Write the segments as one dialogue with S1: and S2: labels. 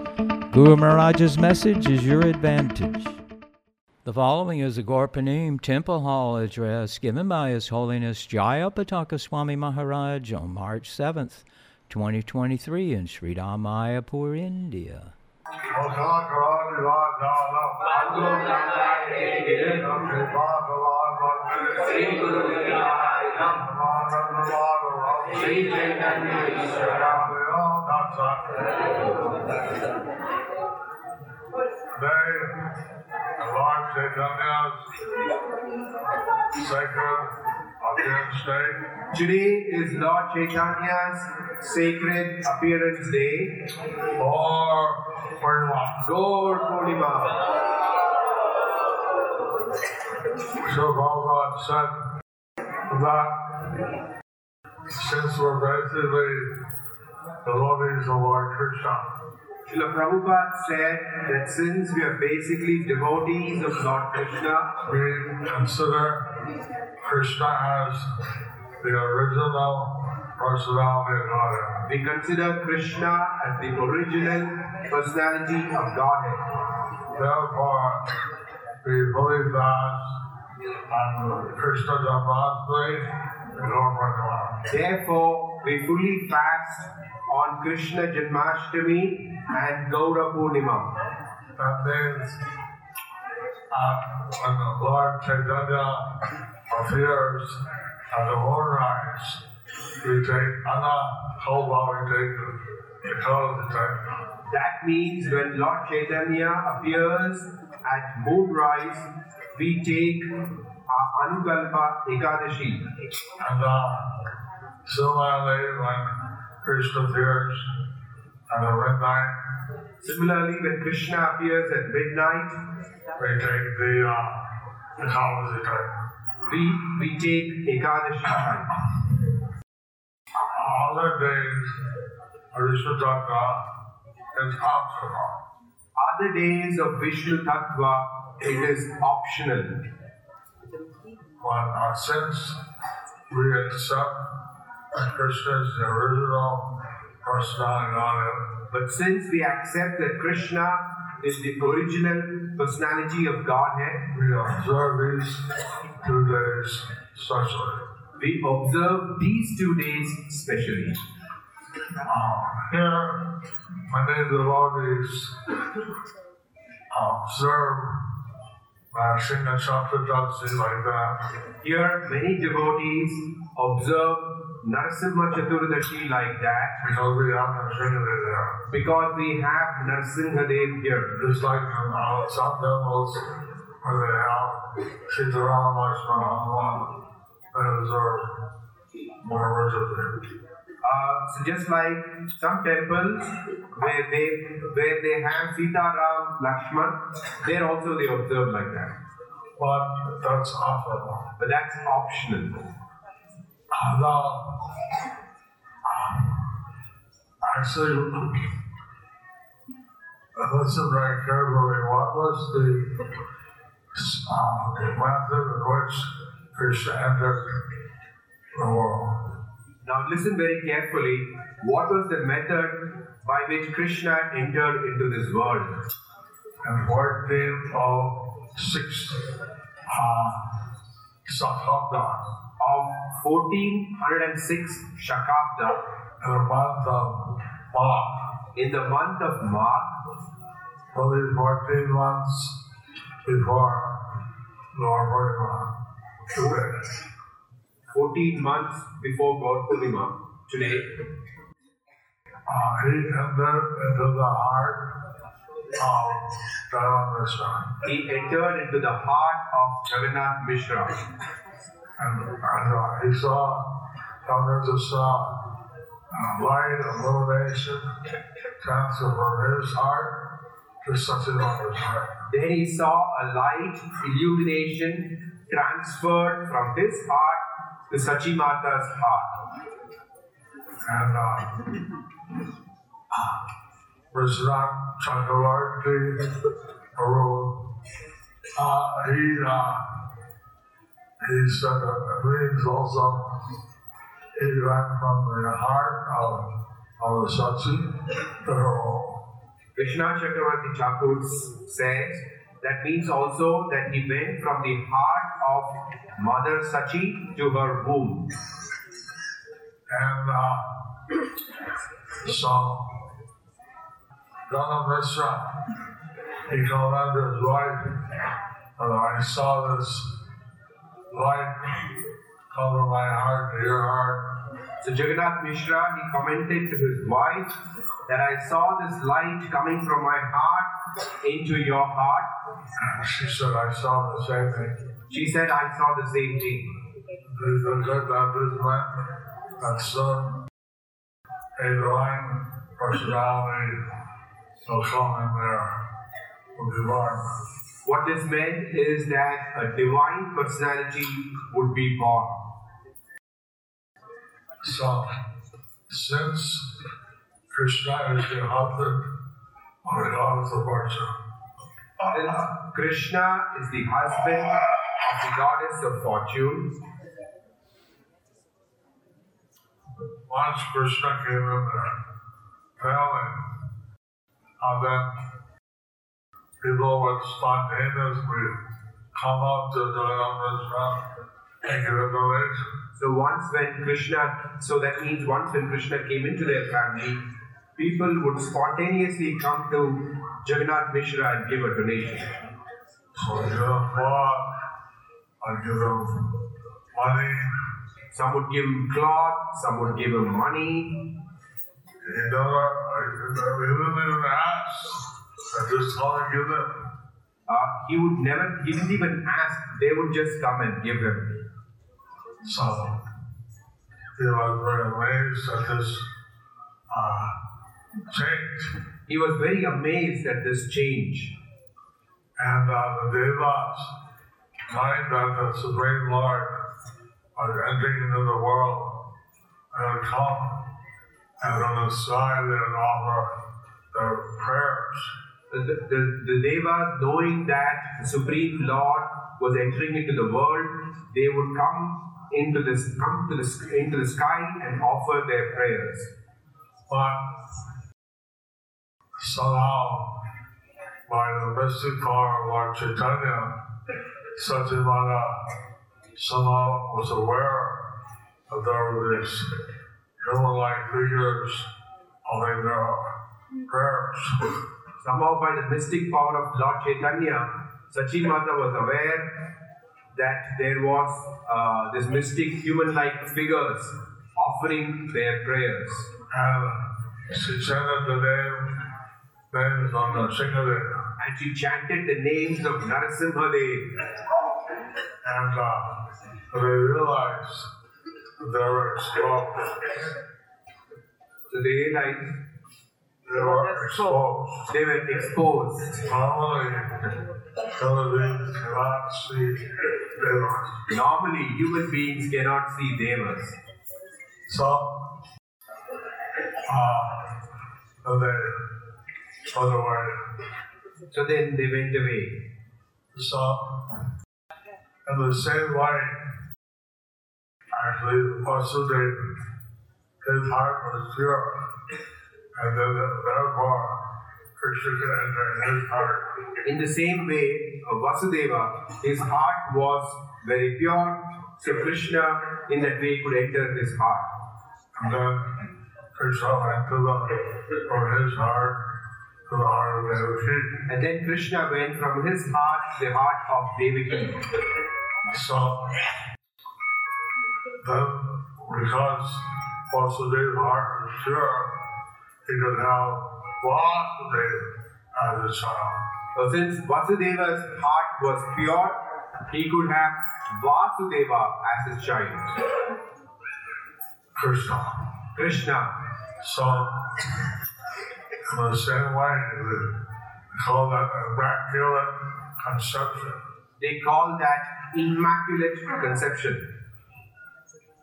S1: Guru Maharaj's message is your advantage. The following is a Gorpanim Temple Hall address given by His Holiness Jayapataka Swami Maharaj on March 7th, 2023 in Sri Ramayapur, India.
S2: Shri गुरु विग्रहाय नमः श्री चैतन्य ईश्वरा
S3: Lord Chaitanya's sacred appearance day
S2: Today is Lord Chaitanya's sacred appearance day
S3: or Purnima.
S2: Gaur Purnima.
S3: So Prabhupada said that since we're basically devotees of Lord Krishna,
S2: Srila Prabhupada said that since we are basically devotees of Lord Krishna,
S3: we consider Krishna as the original personality of Godhead.
S2: we consider Krishna as the original personality of Godhead.
S3: Therefore, we believe that and Krishna Janmashtami in Lord Purnima.
S2: Therefore, we fully fast on Krishna Janmashtami and Gaura Purnima.
S3: That means uh, when the Lord Chaitanya appears at the moonrise, we take Anna Koba, we take the color of the time.
S2: That means when Lord Chaitanya appears at moonrise, we take our Anukalpa Ekadashi.
S3: And uh, similarly, when Krishna appears at the midnight,
S2: Similarly, when Krishna appears at midnight,
S3: we take the, uh, the color of the time.
S2: we, we take Ekadashi.
S3: Other days, Arishma Dutta is optional.
S2: Other days of Vishnu Tattva, it is optional.
S3: But uh, since we accept that Krishna is the original personality of Godhead,
S2: But since we accept that Krishna is the original personality of Godhead,
S3: we observe these two days specially.
S2: we observe these two days specially.
S3: Uh, here, many devotees observe
S2: uh,
S3: Narasimha Chakravarti like that.
S2: Here, many devotees observe Narasimha Chaturdashi like that
S3: Because we have Narasimha there.
S2: because we have Narasimha Dev here.
S3: Just like um, uh, some temples where they
S2: uh,
S3: have Sitaram Lakshman Hanuman that is our more worship.
S2: Uh, so just like some temples where they where they have Sita Ram Lakshman, there also they observe like that.
S3: But that's often.
S2: But that's optional.
S3: Now, uh, actually, listen very carefully. What was the, uh, the method in which Krishna entered the world?
S2: Now listen very carefully. What was the method by which Krishna entered into this world?
S3: and fourteen of six uh, Satabda
S2: Of 1406 Shakabda,
S3: and a month of March.
S2: in the month of March,
S3: Only fourteen months before Lord Bhagavan. Today,
S2: 14 months before God Purnima, today,
S3: uh, he entered into the heart of Dharamishna
S2: he entered into the heart of Jagannath Mishra.
S3: and, and uh, he saw Dharamishna uh, light, illumination, transfer from his heart to Sachidananda Saraya.
S2: There he saw a light illumination transferred from his heart to Sachi Mata's heart.
S3: And uh, Vishnak Chakravarti Haru, uh, he, uh, he said that it means also he went from the heart of, of the Sachi to her own.
S2: Krishna Chakravarti Chakur s- says that means also that he went from the heart of Mother Sachi to her womb.
S3: And uh, so, Donna Mishra, he called out to his wife, and I saw this light come to my heart, to your heart.
S2: So Jagannath Mishra he commented to his wife that I saw this light coming from my heart into your heart.
S3: And she said, I saw the same thing.
S2: She said, I saw the same thing.
S3: There's a good baptism, and soon a divine personality will come in there, will be born.
S2: What this meant is that a divine personality would be born.
S3: So, since Krishna is the author of the goddess of fortune,
S2: Since Krishna is the husband of the goddess of fortune,
S3: once Krishna came in there, failing, and then people would spontaneously come up to Jagannath and give him donation.
S2: so once when Krishna, so that means once when Krishna came into their family, people would spontaneously come to Jagannath Mishra and give a donation.
S3: So I give him cloth, I give him money,
S2: Some would give him cloth, some would give him money.
S3: he never, he didn't even ask, I just told him give it.
S2: Uh, he would never, he didn't even ask, they would just come and give him.
S3: So he was very amazed at this uh, change.
S2: He was very amazed at this change.
S3: And uh, the devas, knowing that the Supreme Lord was entering into the world, and would come and on the side they would offer their prayers.
S2: The, the, the devas, knowing that the Supreme Lord was entering into the world, they would come into this, come to this, into the sky and offer their prayers.
S3: But somehow, by the mystic power of Lord Chaitanya, Satyamata somehow was aware that there were these human-like figures holding their uh, prayers.
S2: Somehow, by the mystic power of Lord Chaitanya, Sachi Mata was aware that there was uh, this mystic human-like figures offering their prayers.
S3: And Uh, she chanted the name, names on the Shingadev.
S2: And she chanted the names of Narasimha Dev.
S3: And uh, they realized that they were exposed.
S2: So they realized
S3: They were exposed.
S2: they were exposed.
S3: Normally, television cannot see devas.
S2: Normally, human beings cannot see devas.
S3: So, uh, they, otherwise,
S2: So then they went away.
S3: so, in the same way, actually, Vasudev, his heart was pure, and then therefore, Krishna could enter his heart.
S2: In the same way, uh, Vasudeva, his heart was very pure. So Krishna, in that way, could enter his heart.
S3: And then Krishna went to the, from his heart to the heart of Devaki.
S2: And then Krishna went from his heart to the heart of Devaki.
S3: So then, because Vasudev heart is pure, he could have Vasudev as his child.
S2: So since Vasudeva's heart was pure, he could have Vasudeva as his child.
S3: Krishna.
S2: Krishna.
S3: So in the same way, the call that immaculate conception.
S2: They call that immaculate conception.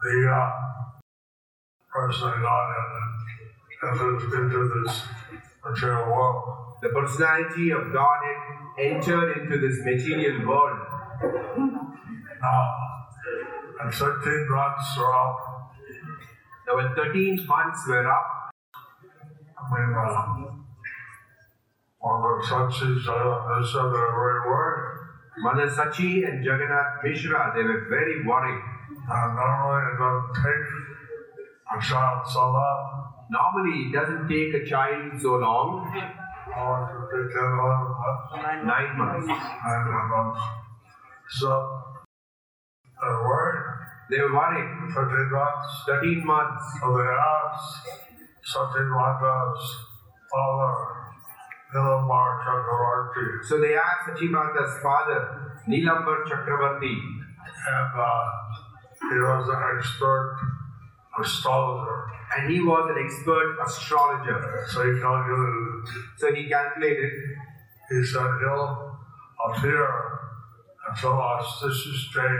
S3: The uh, personality God entered into this material world.
S2: The personality of God had entered into this material world.
S3: Now, and 13 months are up.
S2: Now, when 13 months were up,
S3: I mean, uh, one of the sons uh, said they were very worried.
S2: Mother Sachi and Jagannath Mishra they were very worried.
S3: And normally it doesn't take a child so long.
S2: Normally, it doesn't take a child so long,
S3: Or it could take 10, 11 months,
S2: nine months.
S3: 9 months. So, they're worried.
S2: They were worried.
S3: 13 months.
S2: 13 months.
S3: So they asked something like us, Father, Nilambar Chakravarti,
S2: So they asked Sachimata's father, Nilambar Chakravarti,
S3: and uh, he was an expert astrologer,
S2: and he was an expert astrologer.
S3: so he calculated.
S2: So he calculated,
S3: He said he'll appear until auspicious day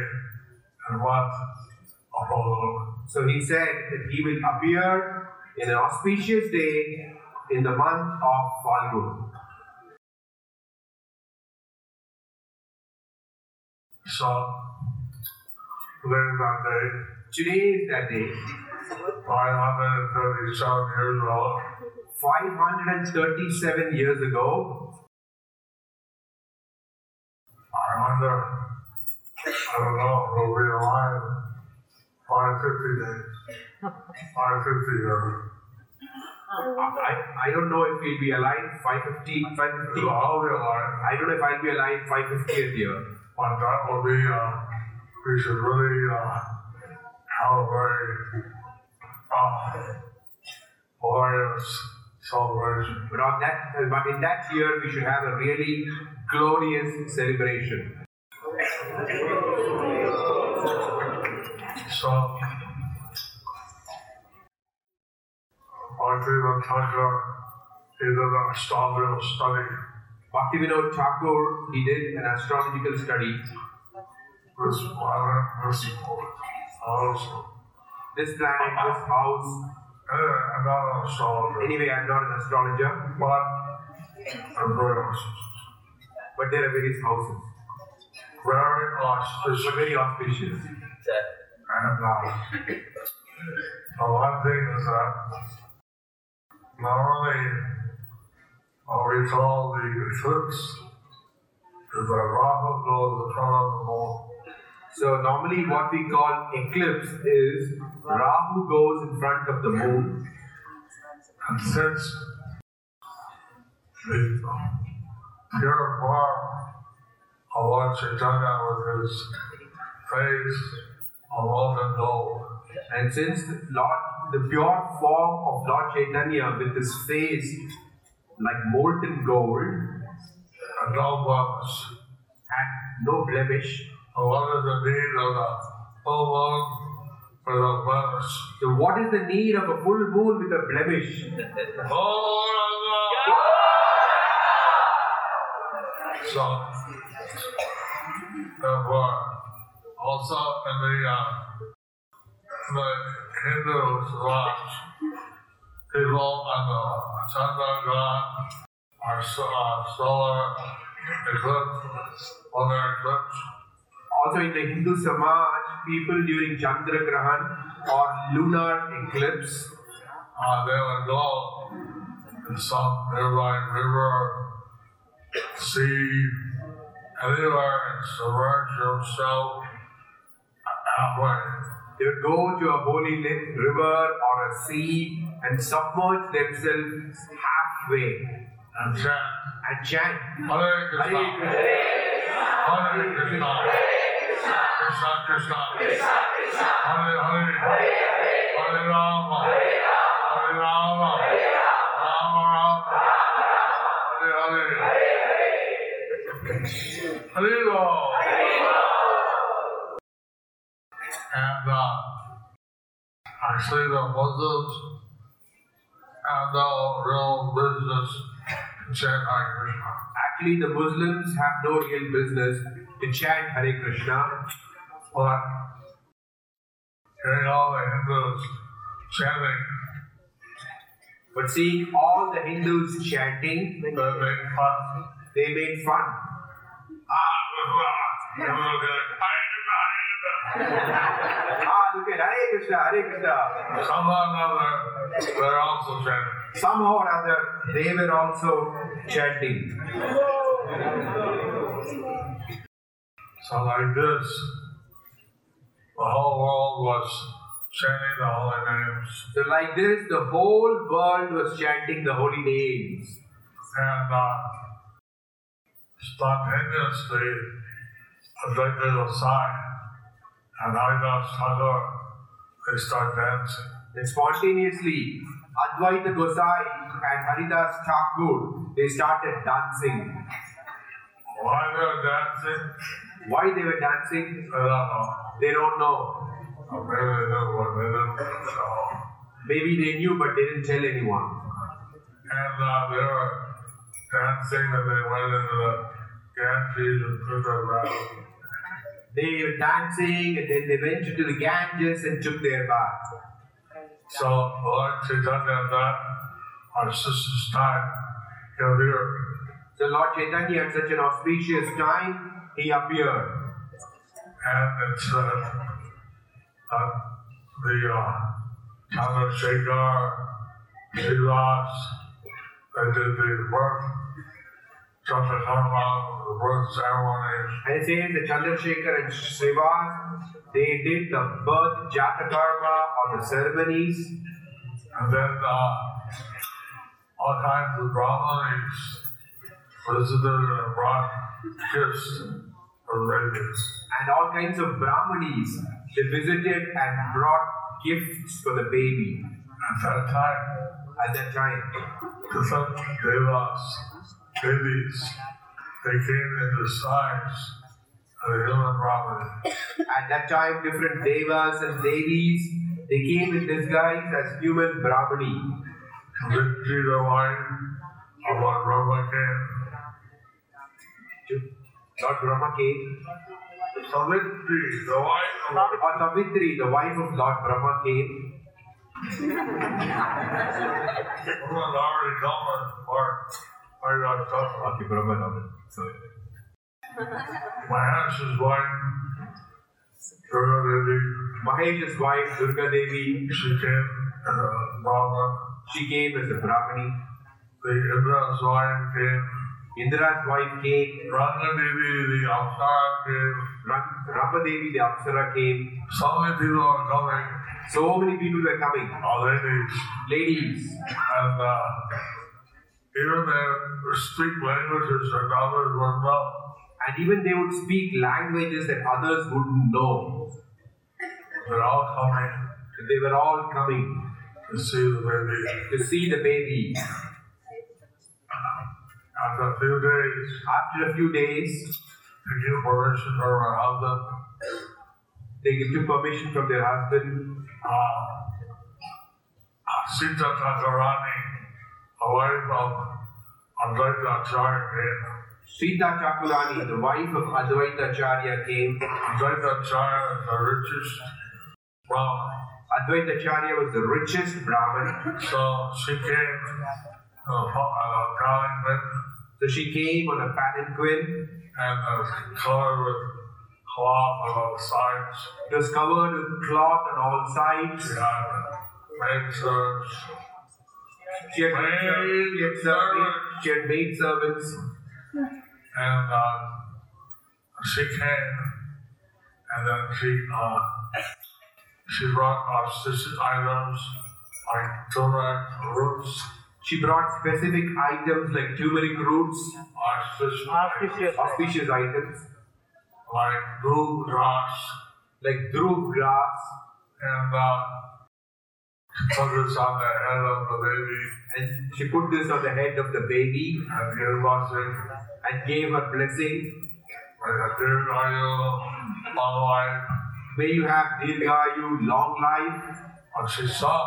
S3: and month of Honolulu.
S2: so he said that he will appear in an auspicious day in the month of Falgu.
S3: So later that day,
S2: Today is that day,
S3: 537 years old,
S2: 537 years ago.
S3: I wonder, I don't know, if we'll be alive five fifty days, five fifty years.
S2: I, I don't know if we'll be alive 550, 550.
S3: We'll all be alive,
S2: I don't know if I'll be alive 550th year.
S3: but that will be, uh, we should really, uh, have a very, uh, glorious celebration.
S2: But on that, but in that year, we should have a really glorious celebration.
S3: So, Bhaktivinoda Thakur, he did an astronomical study
S2: Bhaktivinoda Thakur, he did an astrological study.
S3: with planet, with also.
S2: This planet, this house.
S3: Uh, about astrology,
S2: Anyway, I'm not an astrologer,
S3: but I'm very auspicious.
S2: but there are various houses.
S3: Very
S2: So
S3: auspicious.
S2: very
S3: And
S2: auspicious.
S3: uh, the one thing is that not only are we called the eclipse, is that Rahu goes in front of the moon.
S2: So normally, what we call eclipse is Rahu goes in front of the moon,
S3: And since the pure form of Lord Chaitanya with his face of golden gold,
S2: and since Lord, the pure form of Lord Chaitanya with his face like molten gold,
S3: and no blemish.
S2: had no blemish.
S3: So what is the need of the full moon without blemish?
S2: So, what is the need of a full moon with a blemish?
S3: Full moon of God! So, therefore, also in the, uh, the Hindu lodge, people on the Chandra God are so, uh, solar eclipse, lunar eclipse.
S2: Also, in the Hindu Samaj, people during Chandra Grahan or lunar eclipse,
S3: Uh, they would go to some nearby river, sea, anywhere, and submerge themselves halfway.
S2: they would go to a holy li- river or a sea and submerge themselves halfway
S3: and chant.
S2: and chant
S3: Hare Krishna.
S2: Hare Krishna.
S3: Hare Krishna. Krishna Krishna. Hare Hare. Hare Rama. Hare Rama. Rama Rama. Hare Hare. Hare And uh, actually, the Muslims have no real business chant Hare Krishna.
S2: Actually, the Muslims have no real business to chant Hare Krishna,
S3: But hearing all the Hindus chanting,
S2: but seeing all the Hindus chanting,
S3: they make fun.
S2: they made fun.
S3: Ah, Somehow
S2: Ah, look at Hare Krishna, Hare Krishna.
S3: or another, they're also chanting.
S2: Somehow or other, they were also chanting.
S3: So like this, the whole world was chanting the holy names.
S2: So, like this, the whole world was chanting the holy names.
S3: And uh, spontaneously, a big little sign, and Haridas Thakur, they start dancing.
S2: And spontaneously, Advaita Gosai and Haridas Thakur, they started dancing.
S3: Why they're dancing,
S2: Why they were dancing,
S3: I don't know.
S2: they don't know.
S3: Or maybe they knew, but they didn't know.
S2: Maybe they knew, but they didn't tell anyone.
S3: And uh, they were dancing, and they went into the Ganges and through the valley.
S2: They were dancing and then they went into the Ganges and took their bath.
S3: So Lord Chaitanya that our sister's time here here.
S2: So Lord Chaitanya at such an auspicious time, he appeared.
S3: And it said that the uh, Chandrasekhar, Shilas, they did the birth, Chandrakarma, the birth ceremonies,
S2: And it says that Chandrasekhar and Srivas, they did the birth Jatakarma or the ceremonies.
S3: and then uh, all kinds of Brahmanis visited and brought gifts for babies.
S2: And all kinds of Brahmanis, they visited and brought gifts for the baby
S3: At that time,
S2: at that time.
S3: the sun devas, babies, they came in the size of the human Brahmin.
S2: At that time, different devas and devis, they came in disguise as human Brahmani.
S3: Convict the wine of what Rama came.
S2: Lord Brahma came,
S3: Convict the wine of what
S2: or Oh, Savitri, the wife of Lord Brahma came.
S3: Rama already done or I got tough.
S2: Okay, Brahma Raman. So,
S3: My ass is wine. Durga Devi,
S2: Mahesh's wife, Durga Devi,
S3: she came
S2: uh,
S3: as a Brahmin.
S2: she came as a Brahmani.
S3: The Indra's wine came.
S2: Indra's wife came.
S3: Ranga Devi, the Apsara came.
S2: Ram- Rama Devi, the Apsara came.
S3: So many people are coming.
S2: So many people were coming.
S3: All they need.
S2: Ladies,
S3: And uh, even their speak languages that others would know.
S2: and even they would speak languages that others wouldn't know.
S3: They're all coming
S2: They were all coming
S3: to see the baby.
S2: to see the baby.
S3: After a few days,
S2: After a few days,
S3: they give permission from her husband.
S2: they took permission from their husband.
S3: Uh, ah, Sita Takarani, a wife of Advaita Acharya came.
S2: Sita Chakulani, the wife of Advaita Acharya, came.
S3: Advaita Acharya is the richest Brahmin.
S2: Advaita Acharya was the richest Brahmin,
S3: So she came uh, to a convent
S2: so she came on a palanquin.
S3: and uh, covered with cloth on all sides.
S2: It was covered with cloth on all sides.
S3: She had maid servants,
S2: She had maid servants. She had, servants. She had maid servants.
S3: and uh, she came, and then she uh, she brought our sister items like turmeric roots,
S2: She brought specific items like turmeric roots,
S3: artificial things,
S2: auspicious items
S3: like blue grass,
S2: like dhruv grass,
S3: and uh, put this on the head of the baby
S2: and she put this on the head of the baby
S3: and gave blessing.
S2: and gave her blessing.
S3: Like, dear uh, are you, my wife?
S2: May you have Dirgayu, long life.
S3: And she saw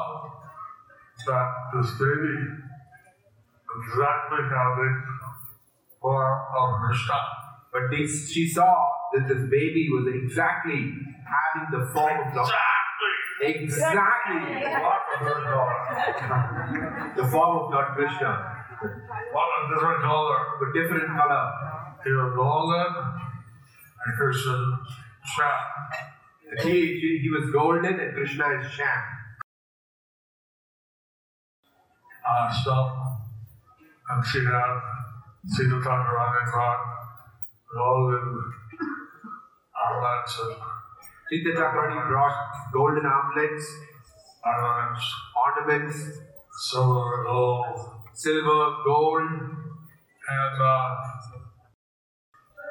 S3: that this baby exactly how they were of Krishna.
S2: But this, she saw that this baby was exactly having the form of Lord.
S3: Exactly
S2: Exactly
S3: what they are.
S2: the form of Lord Krishna,
S3: What a different color.
S2: but different color.
S3: He was golden and Krishna sham.
S2: He, he, he was golden and Krishna is sham.
S3: Uh, so, and she had Sita Thakurani brought golden armlets and
S2: Sita Chakrani brought golden armlets,
S3: ornaments,
S2: ornaments,
S3: silver and gold.
S2: silver, gold,
S3: And uh,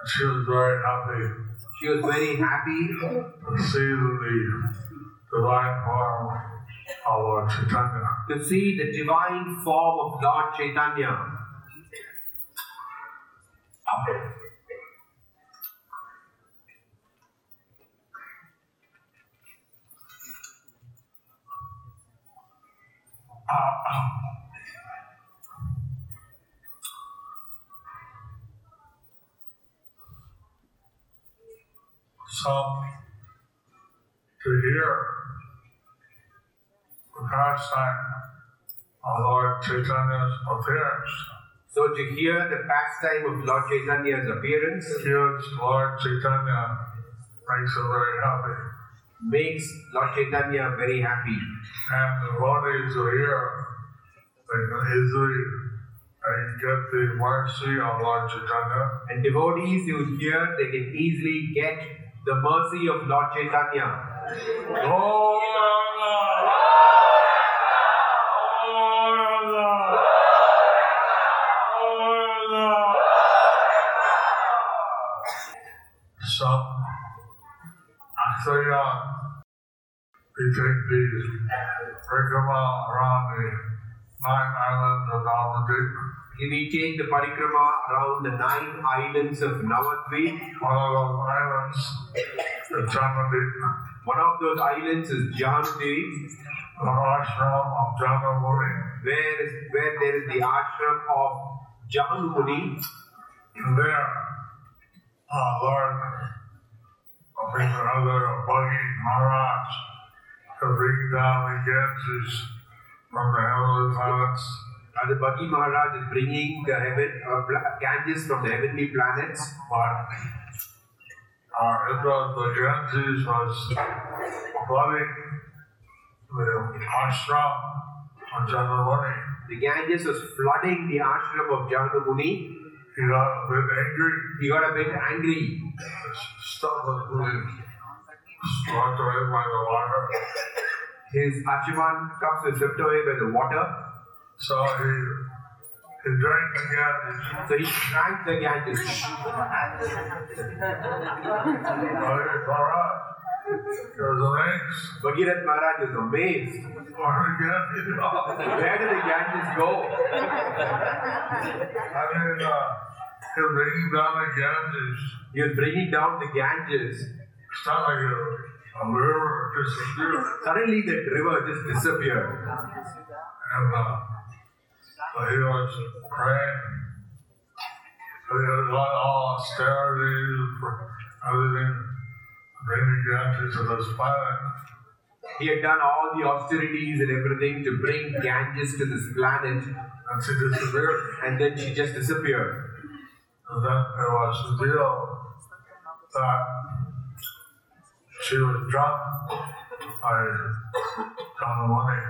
S3: she was very happy
S2: She was very happy
S3: to see the divine form of Lord Chaitanya.
S2: to see the divine form of Lord Chaitanya.
S3: So, to hear the pastime of Lord Chaitanya's appearance,
S2: So to hear the pastime of Lord Chaitanya's appearance
S3: hears Lord Chaitanya makes him very happy.
S2: makes Lord Chaitanya very happy.
S3: And the devotees who hear, they can easily and get the mercy of Lord Chaitanya
S2: And devotees who hear, they can easily get the mercy of Lord Chaitanya.
S3: So, after that, we take the Rikama around the nine islands of Navadvip.
S2: We take the parikrama around the nine islands of Navadvip.
S3: One of those islands is Janadvip,
S2: One of those islands is Jandeep,
S3: the ashram of Janamuni.
S2: where, is, where there is the ashram of Janmuni.
S3: there, uh, Lord, I mean, other buggy Maharaj, to bring down the Ganges from the heavenly planets.
S2: And the Bhagi Maharaj is bringing the heaven, uh, pla- Ganges from the heavenly planets.
S3: But uh, it was the Ganges was flooding the ashram of Chandramani.
S2: The Ganges was flooding the ashram of Janamuni.
S3: He got a bit angry,
S2: He got a bit angry.
S3: stuff was really swept away by the water.
S2: His Achiman cups were swept away by the water.
S3: So he, he drank the Ganges.
S2: So he drank the Ganges.
S3: Alright, there's a race.
S2: Bhagirath Maharaj is amazed.
S3: Or again, you know,
S2: Where did the Ganges go?
S3: I mean, uh, you're bringing down the Ganges.
S2: He was bringing down the Ganges.
S3: It's not like a, a river just a river.
S2: Suddenly that river just disappeared.
S3: And uh, so he was praying. He had got all austerity for everything, bring the Ganges to this planet.
S2: He had done all the austerities and everything to bring Ganges to this planet.
S3: And she disappeared.
S2: And then she just disappeared.
S3: And then there was the deal that Uh, she was drunk by John Money.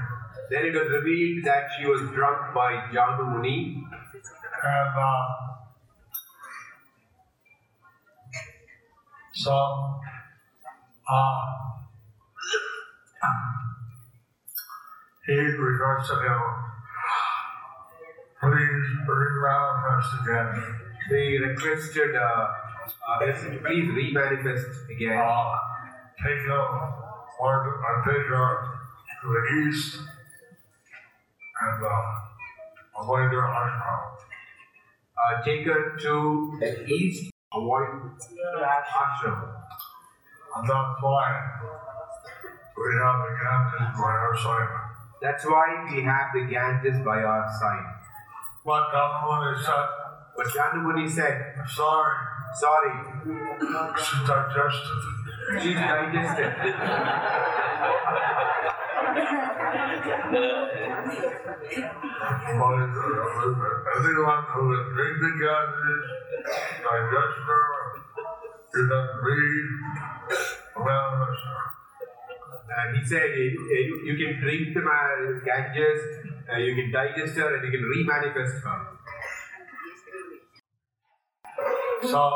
S2: Then it was revealed that she was drunk by Janu Muni.
S3: And uh, so uh, he requested him, please re-manifest again.
S2: They requested, uh, uh, please remanifest again. Uh,
S3: uh, take a part I take her to the east and uh, away their ashram.
S2: Uh, take her to the east, avoid ashram.
S3: And that's why we have the Ganges by our side.
S2: That's why we have the Ganges by our side.
S3: But Dalamuni said,
S2: But Janamuni said,
S3: sorry,
S2: Sorry,
S3: she digested it.
S2: she's digested.
S3: But uh, anyone who is drinking gases, digester, you can be a manifestor.
S2: And he said, eh, eh, you, you can drink the ma- Ganges, uh, you can digest her, and you can remanifest her.
S3: So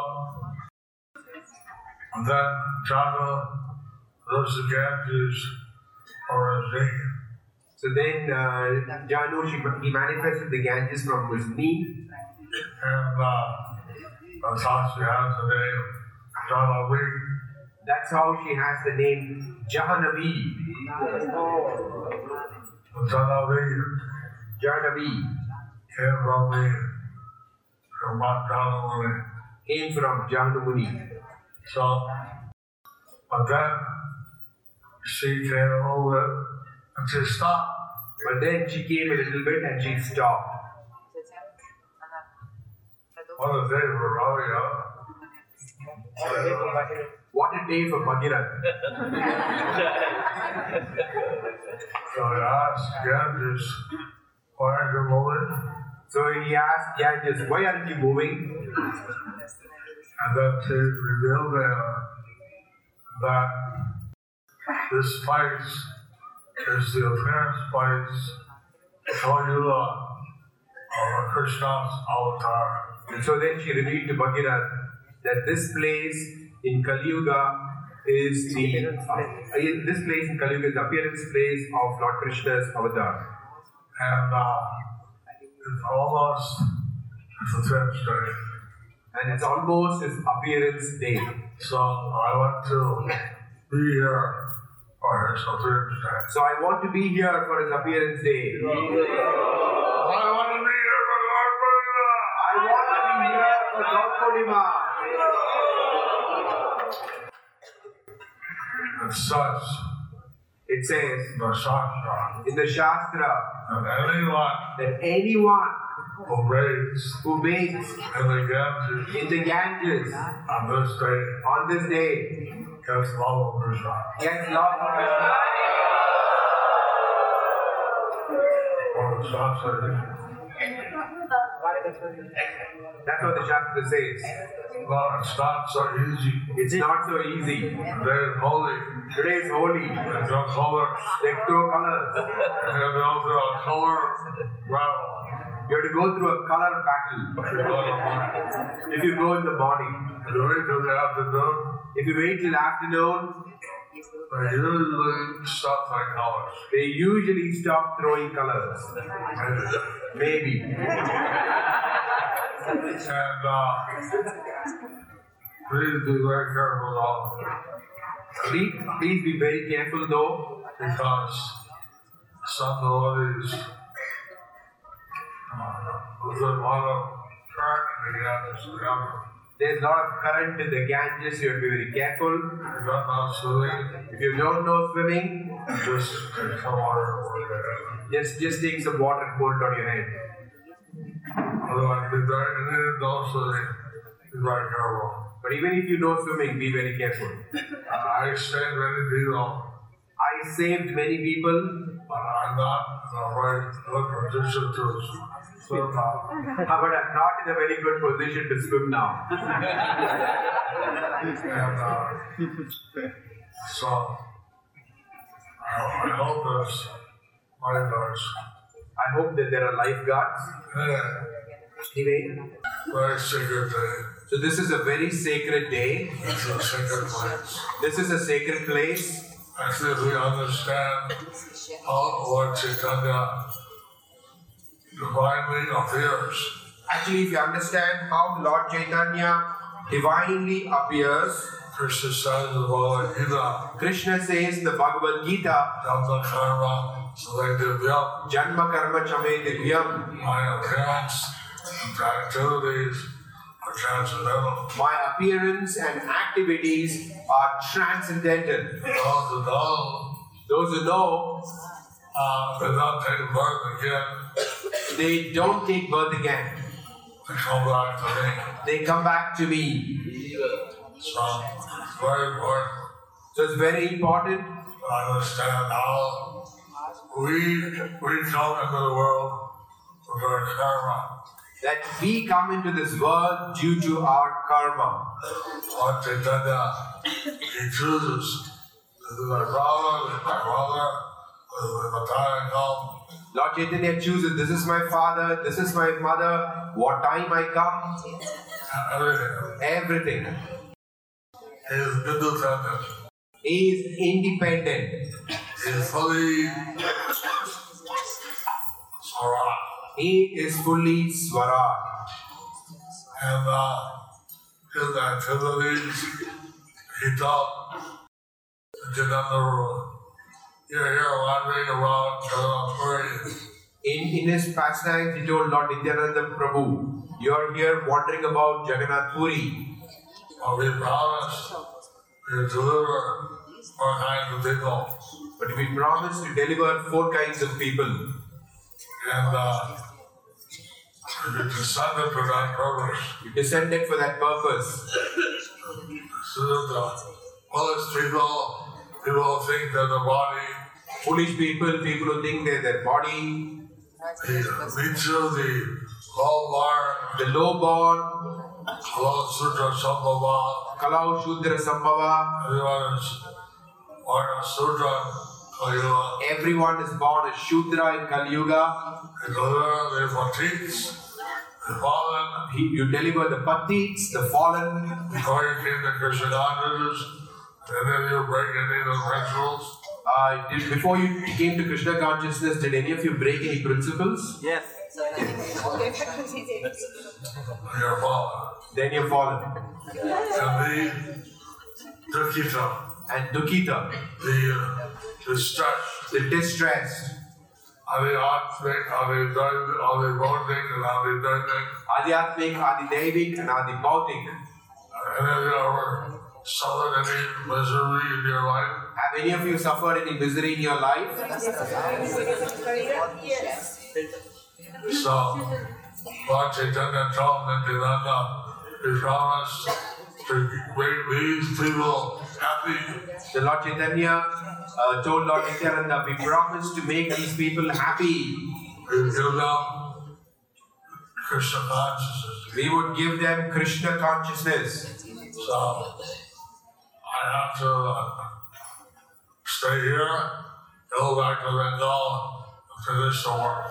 S3: then Java lives the Ganges or a Zen.
S2: So then uh, Janu, she, he manifested the Ganges from his knee,
S3: And uh, Sasha has the name Java Week.
S2: That's how she has the name Jahanavi.
S3: Java Week
S2: Jahanavi
S3: came from the from Mount Java
S2: came from Jahnamuni.
S3: So, but then she came over and she stopped.
S2: But then she came a little bit and she stopped.
S3: One of the days were already
S2: What a day for Bhagirath.
S3: So I asked Ganges, why are you moving?
S2: So he asked Ganges, why aren't you moving?
S3: and then to reveal them that this place is the appearance place Kalula of Krishna's avatar.
S2: And so then she revealed to Bhagirath that this place in Kali Yuga is the uh, in- this place in Kali Yuga is the appearance place of Lord Krishna's avatar.
S3: And uh, it's almost it's a fifth day.
S2: And it's almost his appearance day.
S3: So I want to be here Oh, for his appearance day.
S2: So I want to be here for his appearance day.
S3: I want to be here for Lord Buddha.
S2: I want to be here for Lord Purnima.
S3: It says
S2: It says
S3: in the Shastra
S2: in the Shastra
S3: that anyone
S2: that anyone
S3: who raised
S2: who bathes
S3: And the Ganges
S2: in the Ganges
S3: on this day
S2: on this day
S3: gets love of Krishna.
S2: gets love for Krishna.
S3: Or the Shastra
S2: That's what the Shastra says.
S3: is, well, it's not so easy.
S2: It's not so easy.
S3: They are holy.
S2: Today is holy.
S3: They draw colors.
S2: They throw colors.
S3: They go through a color rattle.
S2: You have to go through a color battle
S3: They go to mind.
S2: if you go in the morning.
S3: They wait till the afternoon.
S2: If you wait till afternoon,
S3: They usually stop by colors.
S2: they usually stop throwing colors. Maybe.
S3: And uh, please be very careful though,
S2: Please, please be very careful though,
S3: because some devotees uh, with a lot of current in the Ganges River.
S2: there's a lot of current in the Ganges. You have to be very careful.
S3: They got no swimming,
S2: If you don't know swimming,
S3: just take some water over there.
S2: just just take some water and pour it on your head.
S3: Otherwise, if there and then it also is very careful.
S2: But even if you know swimming, be very careful.
S3: I I saved many people,
S2: I saved many people,
S3: but I'm not in the right good position to swim now.
S2: Ah, but I'm not in a very good position to swim now.
S3: And uh, so I, I hope there's lifeguards.
S2: I hope that there are lifeguards.
S3: Yeah,
S2: Anyway,
S3: very sacred day.
S2: so this is a very sacred day.
S3: It's a sacred place.
S2: This is a sacred place.
S3: I think we understand how Lord Chaitanya divinely appears.
S2: Actually, if you understand how Lord Chaitanya divinely appears,
S3: Krishna says in the Bhagavad Gita,
S2: Krishna says in the Bhagavad Gita,
S3: Dhamma Karma Selectivya,
S2: Janma Karma Chame Divyam,
S3: my appearance and activities are transcendental.
S2: my appearance and activities are transcendental.
S3: Those who know
S2: Those who
S3: Um,
S2: know
S3: uh, did not take birth again
S2: They don't take birth again.
S3: They come back to me.
S2: They come back to me.
S3: So it's very important
S2: So it's very important
S3: to understand how we we come into the world with our karma.
S2: that we come into this world due to our karma.
S3: What they did that he chooses. This is my father, this is my mother, this is my time come.
S2: Lord Chaitanya chooses this is my father, this is my mother, what time I come,
S3: Everything
S2: everything.
S3: is independent.
S2: He is independent.
S3: He is fully Swaraj.
S2: He is fully Swaraj.
S3: And uh, his activities, he taught the Jananda rule. You're here wandering around killing a
S2: In, in his pastimes, he told Lord Nityananda Prabhu, You are here wandering about Jagannath Puri.
S3: But we promise to deliver all kinds of people.
S2: But we promise to deliver four kinds of people.
S3: And uh, we descended to that purpose.
S2: You descended for that purpose.
S3: So that the fullest people, people think that the body
S2: Foolish people, people who think they're their body,
S3: the meets you, the low bar,
S2: the low born,
S3: low sutra, sambhava,
S2: Kalau Shudra Sambhava,
S3: everyone is born a sutra, kalila.
S2: everyone is born as Shudra in Kali Yuga.
S3: They deliver the fatigues, the fallen,
S2: He- You deliver the Patites, the fallen.
S3: before you came to Krishna consciousness, and then you break any of the rituals.
S2: Uh, did- before you came to Krishna consciousness, did any of you break any principles?
S4: Yes.
S3: You're fallen.
S2: Then you're fallen.
S3: And the dukita,
S2: And Dukita,
S3: the distress,
S2: the distressed.
S3: are they arthritic, are they diabetic, are they bonding, and are they diabetic?
S2: Adhyatmic, Adidevik, and Adibhautik.
S3: And have you ever suffered any misery in your life?
S2: Have any of you suffered any misery in your life?
S5: Yes.
S3: So, Lord Chaitanya told Nityananda, he promised to make these people happy
S2: The Lord Chaitanya uh, told Lord Nityananda, we promise to make these people happy.
S3: We give them Krishna consciousness.
S2: We would give them Krishna consciousness.
S3: So I have to uh, stay here, go back to Bengal, and finish the work.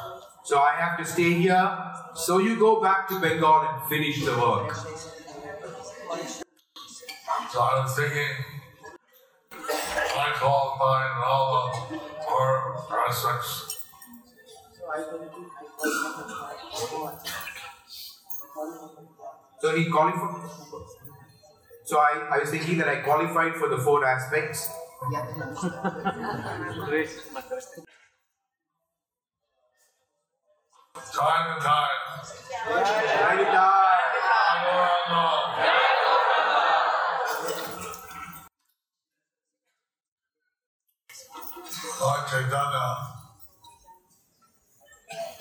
S2: So I have to stay here. So you go back to Bengal and finish the work.
S3: So I'm thinking, I call my Lala or process.
S2: So he qualified. So I, I was thinking that I qualified for the four aspects.
S3: Time and time.
S2: Very nice.
S3: I take that now.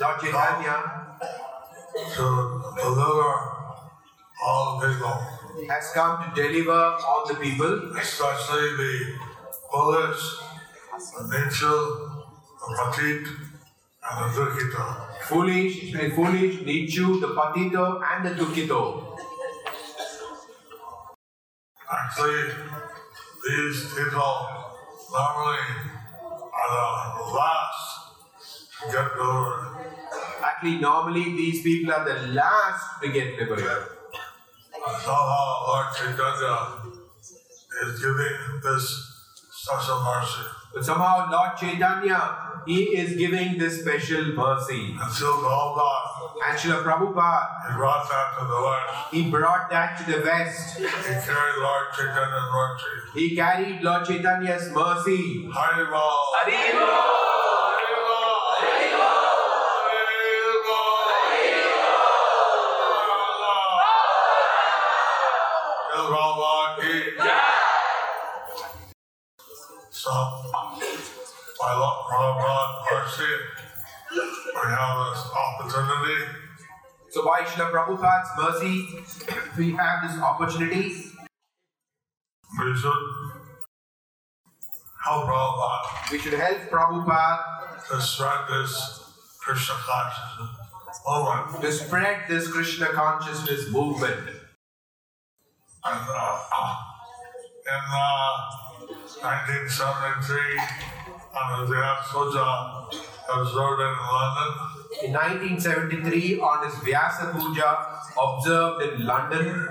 S2: Lord Chaitanya
S3: to deliver all the people,
S2: has come to deliver all the people,
S3: especially the Polish, the Mitchell, the Patit, and the Dukita.
S2: foolish, the foolish, Nichu, the Patito, and the Dukito.
S3: Actually, these people normally are the last to get delivered.
S2: Actually, normally these people are the last to get liberated.
S3: And somehow Lord Chaitanya is giving this special mercy.
S2: But somehow Lord Chaitanya, he is giving this special mercy.
S3: And so Gaulbar,
S2: And Srila Prabhupada,
S3: he brought that to the West.
S2: he brought that to the West.
S3: He carried Lord Chaitanya Mercy.
S2: He carried Lord Chaitanya's mercy.
S3: Haribol. Haribol. So, my love, my love, mercy, we have this opportunity
S2: So by Srila Prabhupada's mercy, we have this opportunity.
S3: we should help Prabhupada
S2: We should help Prabhupada
S3: to spread this Krishna consciousness. All right.
S2: to spread this Krishna consciousness movement.
S3: And uh, in uh, 1973, I was at Soja, observed in London.
S2: In 1973, on his Vyasa Puja, observed in London,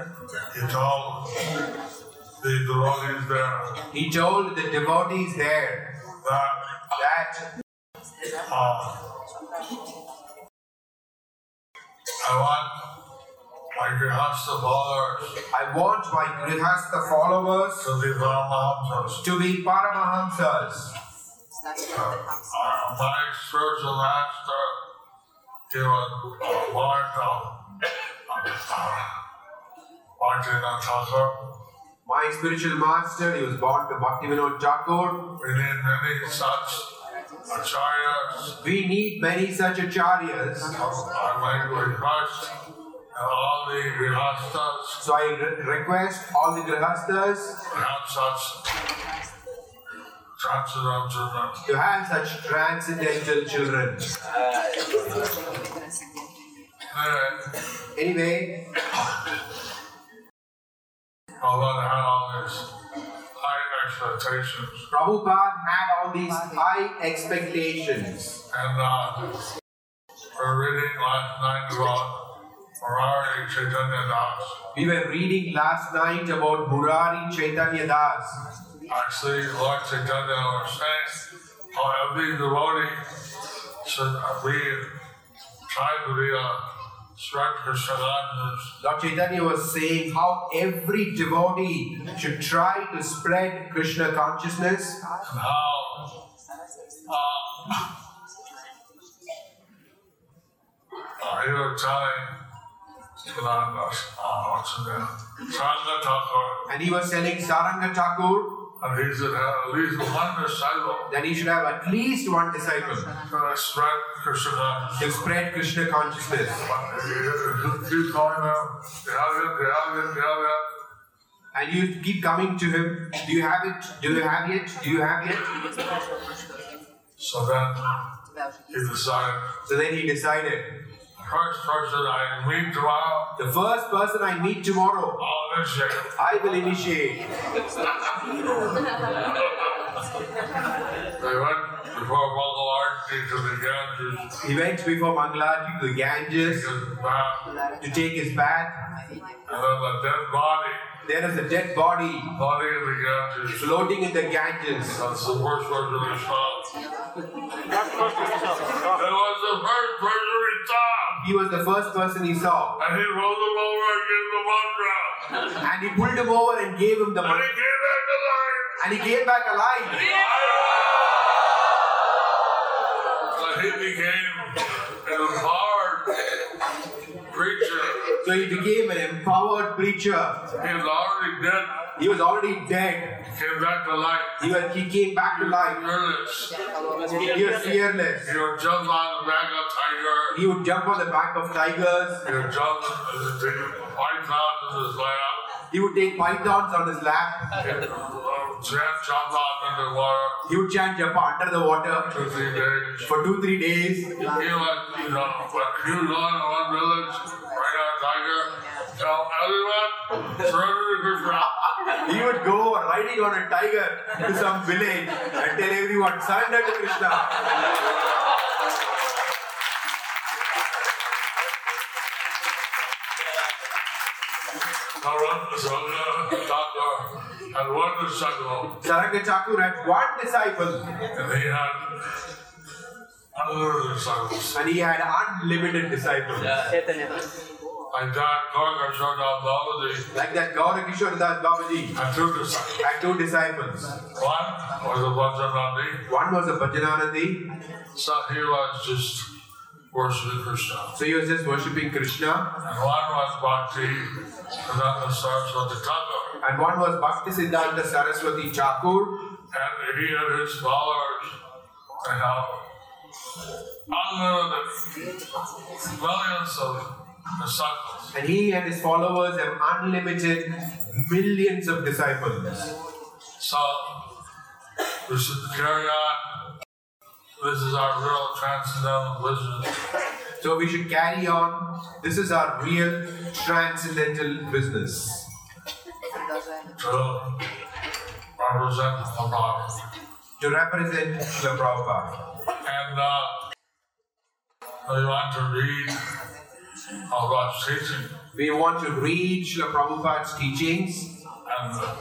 S3: He told the devotees there
S2: he told the devotees there
S3: that
S2: that
S3: Uh, I want my Grihastha followers
S2: I want my Grihastha followers
S3: to be Brahmahamsas.
S2: to be Paramahamsas.
S3: Uh, my spiritual master, he was uh, born of uh, Martina Thakur.
S2: My spiritual master, he was born to Bhaktivinoda Thakur.
S3: We need many such acharyas.
S2: We need many such acharyas.
S3: I make request and all the Grihasthas
S2: So I re- request all the Grihasthas
S3: have such transcendental children.
S2: to have such transcendental children.
S3: Anyway,
S2: Anyway,
S3: Prabhupada had all these high expectations.
S2: Prabhupada had all these high expectations.
S3: And uh, we're reading last night about Ferrari Chaitanya Das.
S2: We were reading last night about Murari Chaitanya Das.
S3: Actually, Lord Chaitanya was saying how every devotee should be, try to be a spread Krishna consciousness.
S2: Lord Chaitanya was saying how every devotee should try to spread Krishna consciousness
S3: and how uh, uh, he was telling Sananda, uh, what's his name? Sananda Thakur,
S2: and he was telling Saranga Thakur
S3: and he said, "Have at least one disciple
S2: that he should have at least one disciple
S3: that spread Krishna consciousness.
S2: to spread Krishna consciousness.
S3: But he- he- he Keep calling them, they have it, they have it, they have it.
S2: And you keep coming to him. Do you have it? Do you have it? Do you have it?
S3: So then he decided,
S2: So then he decided,
S3: first person I meet tomorrow,
S2: the first person I meet tomorrow,
S3: I'll initiate.
S2: I will initiate.
S3: They went before Mangalarti to the Ganges
S2: He went before Mangalati to the Ganges
S3: because bath, and
S2: to take his bath.
S3: then the dead body,
S2: There is a dead body
S3: body in the Ganges.
S2: floating in the Ganges.
S3: That's the first person we saw. That was the first person we saw,
S2: He was the first person he saw.
S3: and he rolled him over and gave him the mantra,
S2: And he pulled him over and gave him the
S3: and
S2: money.
S3: he came back alive.
S2: And he came back alive.
S3: So he became an empowered preacher.
S2: So he became an empowered preacher.
S3: He was already dead,
S2: He was already dead.
S3: came back to life.
S2: He, was, he came back to life.
S3: Fearless.
S2: He was fearless.
S3: He would jump on the back of tiger.
S2: He would jump on the back of tigers.
S3: He would jump on the python in his lap.
S2: He would take pythons on his lap.
S3: He would uh, jump jump out into the water
S2: He would chant japa under the water
S3: two, three days.
S2: for two, three days.
S3: He was, you know, like he was on in one village, right on tiger. Tell everyone, surrender to Krishna.
S2: He would go riding on a tiger to some village and tell everyone, surrender to Krishna.
S3: Now run the Sangha, Thakur, and one disciple.
S2: Saranga Chakur had one disciple
S3: And he had another disciple.
S2: and he had unlimited disciples.
S3: And that Gorga showed up the other day.
S2: Like that Gaurakishore Das Babaji
S3: And two disciples.
S2: had two disciples.
S3: One was a Vajanandi,
S2: One was a Bhajananandi,
S3: so he was just worshiping Krishna.
S2: so he was just worshipping Krishna,
S3: And one was Bhakti, and that was Saraswati Thakur.
S2: and one was Bhakti Siddhanta Saraswati Chakur,
S3: And he and his followers, you know, under the millions of disciples.
S2: And he and his followers have unlimited millions of disciples.
S3: So we should carry on. This is our real transcendental vision.
S2: So we should carry on. This is our real transcendental business
S3: to represent the Lord.
S2: to represent Srila Prabhupada.
S3: And uh, we want to read about teaching
S2: We want to read Srila Prabhupada's teachings,
S3: and uh,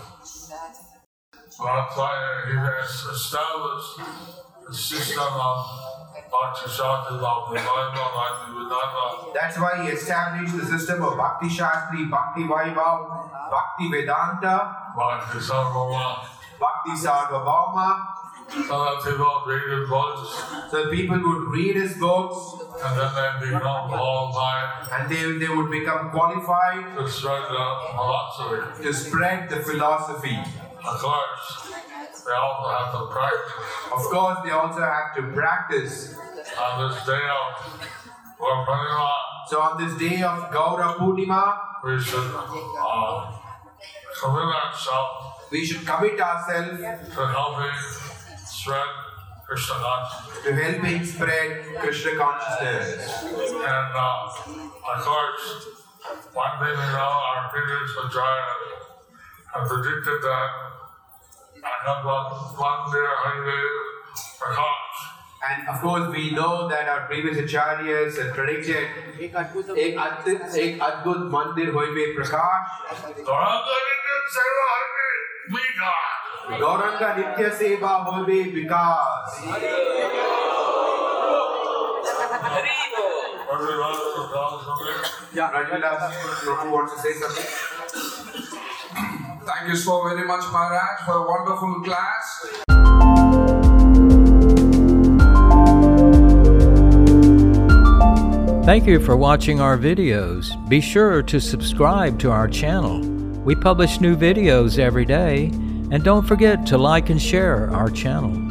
S3: that's why he has established the system of Bhakti Shakti Love Revival and Vedanta.
S2: That's why he established the system of Bhakti Shastri, Bhakti Vaibhav, Bhakti Vedanta,
S3: Bhakti Sarvama.
S2: Bhakti Sarvabhauma.
S3: So that people read his books
S2: So people would read his books
S3: and then they become qualified
S2: and they, they would become qualified
S3: to spread the philosophy.
S2: to spread the philosophy.
S3: Of course, they also have to practice.
S2: Of course, they also have to practice.
S3: on this day of Gurpanima,
S2: So on this day of Gaura Purnima,
S3: we should uh, commit ourselves
S2: we should commit ourselves
S3: to helping spread Krishna consciousness.
S2: to helping spread Krishna consciousness.
S3: And uh, of course, one thing we know, our previous Acharya have predicted that I have one, one dear Hare Prakash.
S2: And of course, we know that our previous acharyas had predicted एक अद्भुत एक अद्भुत मंदिर होई हुए प्रकाश
S3: Duranga didn't say the Hare, we got.
S2: Gaurang का नित्य सेवा होई हुए विकास
S3: Or we want to tell something.
S2: Yeah, Rajiv Prabhu wants to say something.
S4: Thank you so very much, Maharaj, for a wonderful class.
S1: Thank you for watching our videos. Be sure to subscribe to our channel. We publish new videos every day, and don't forget to like and share our channel.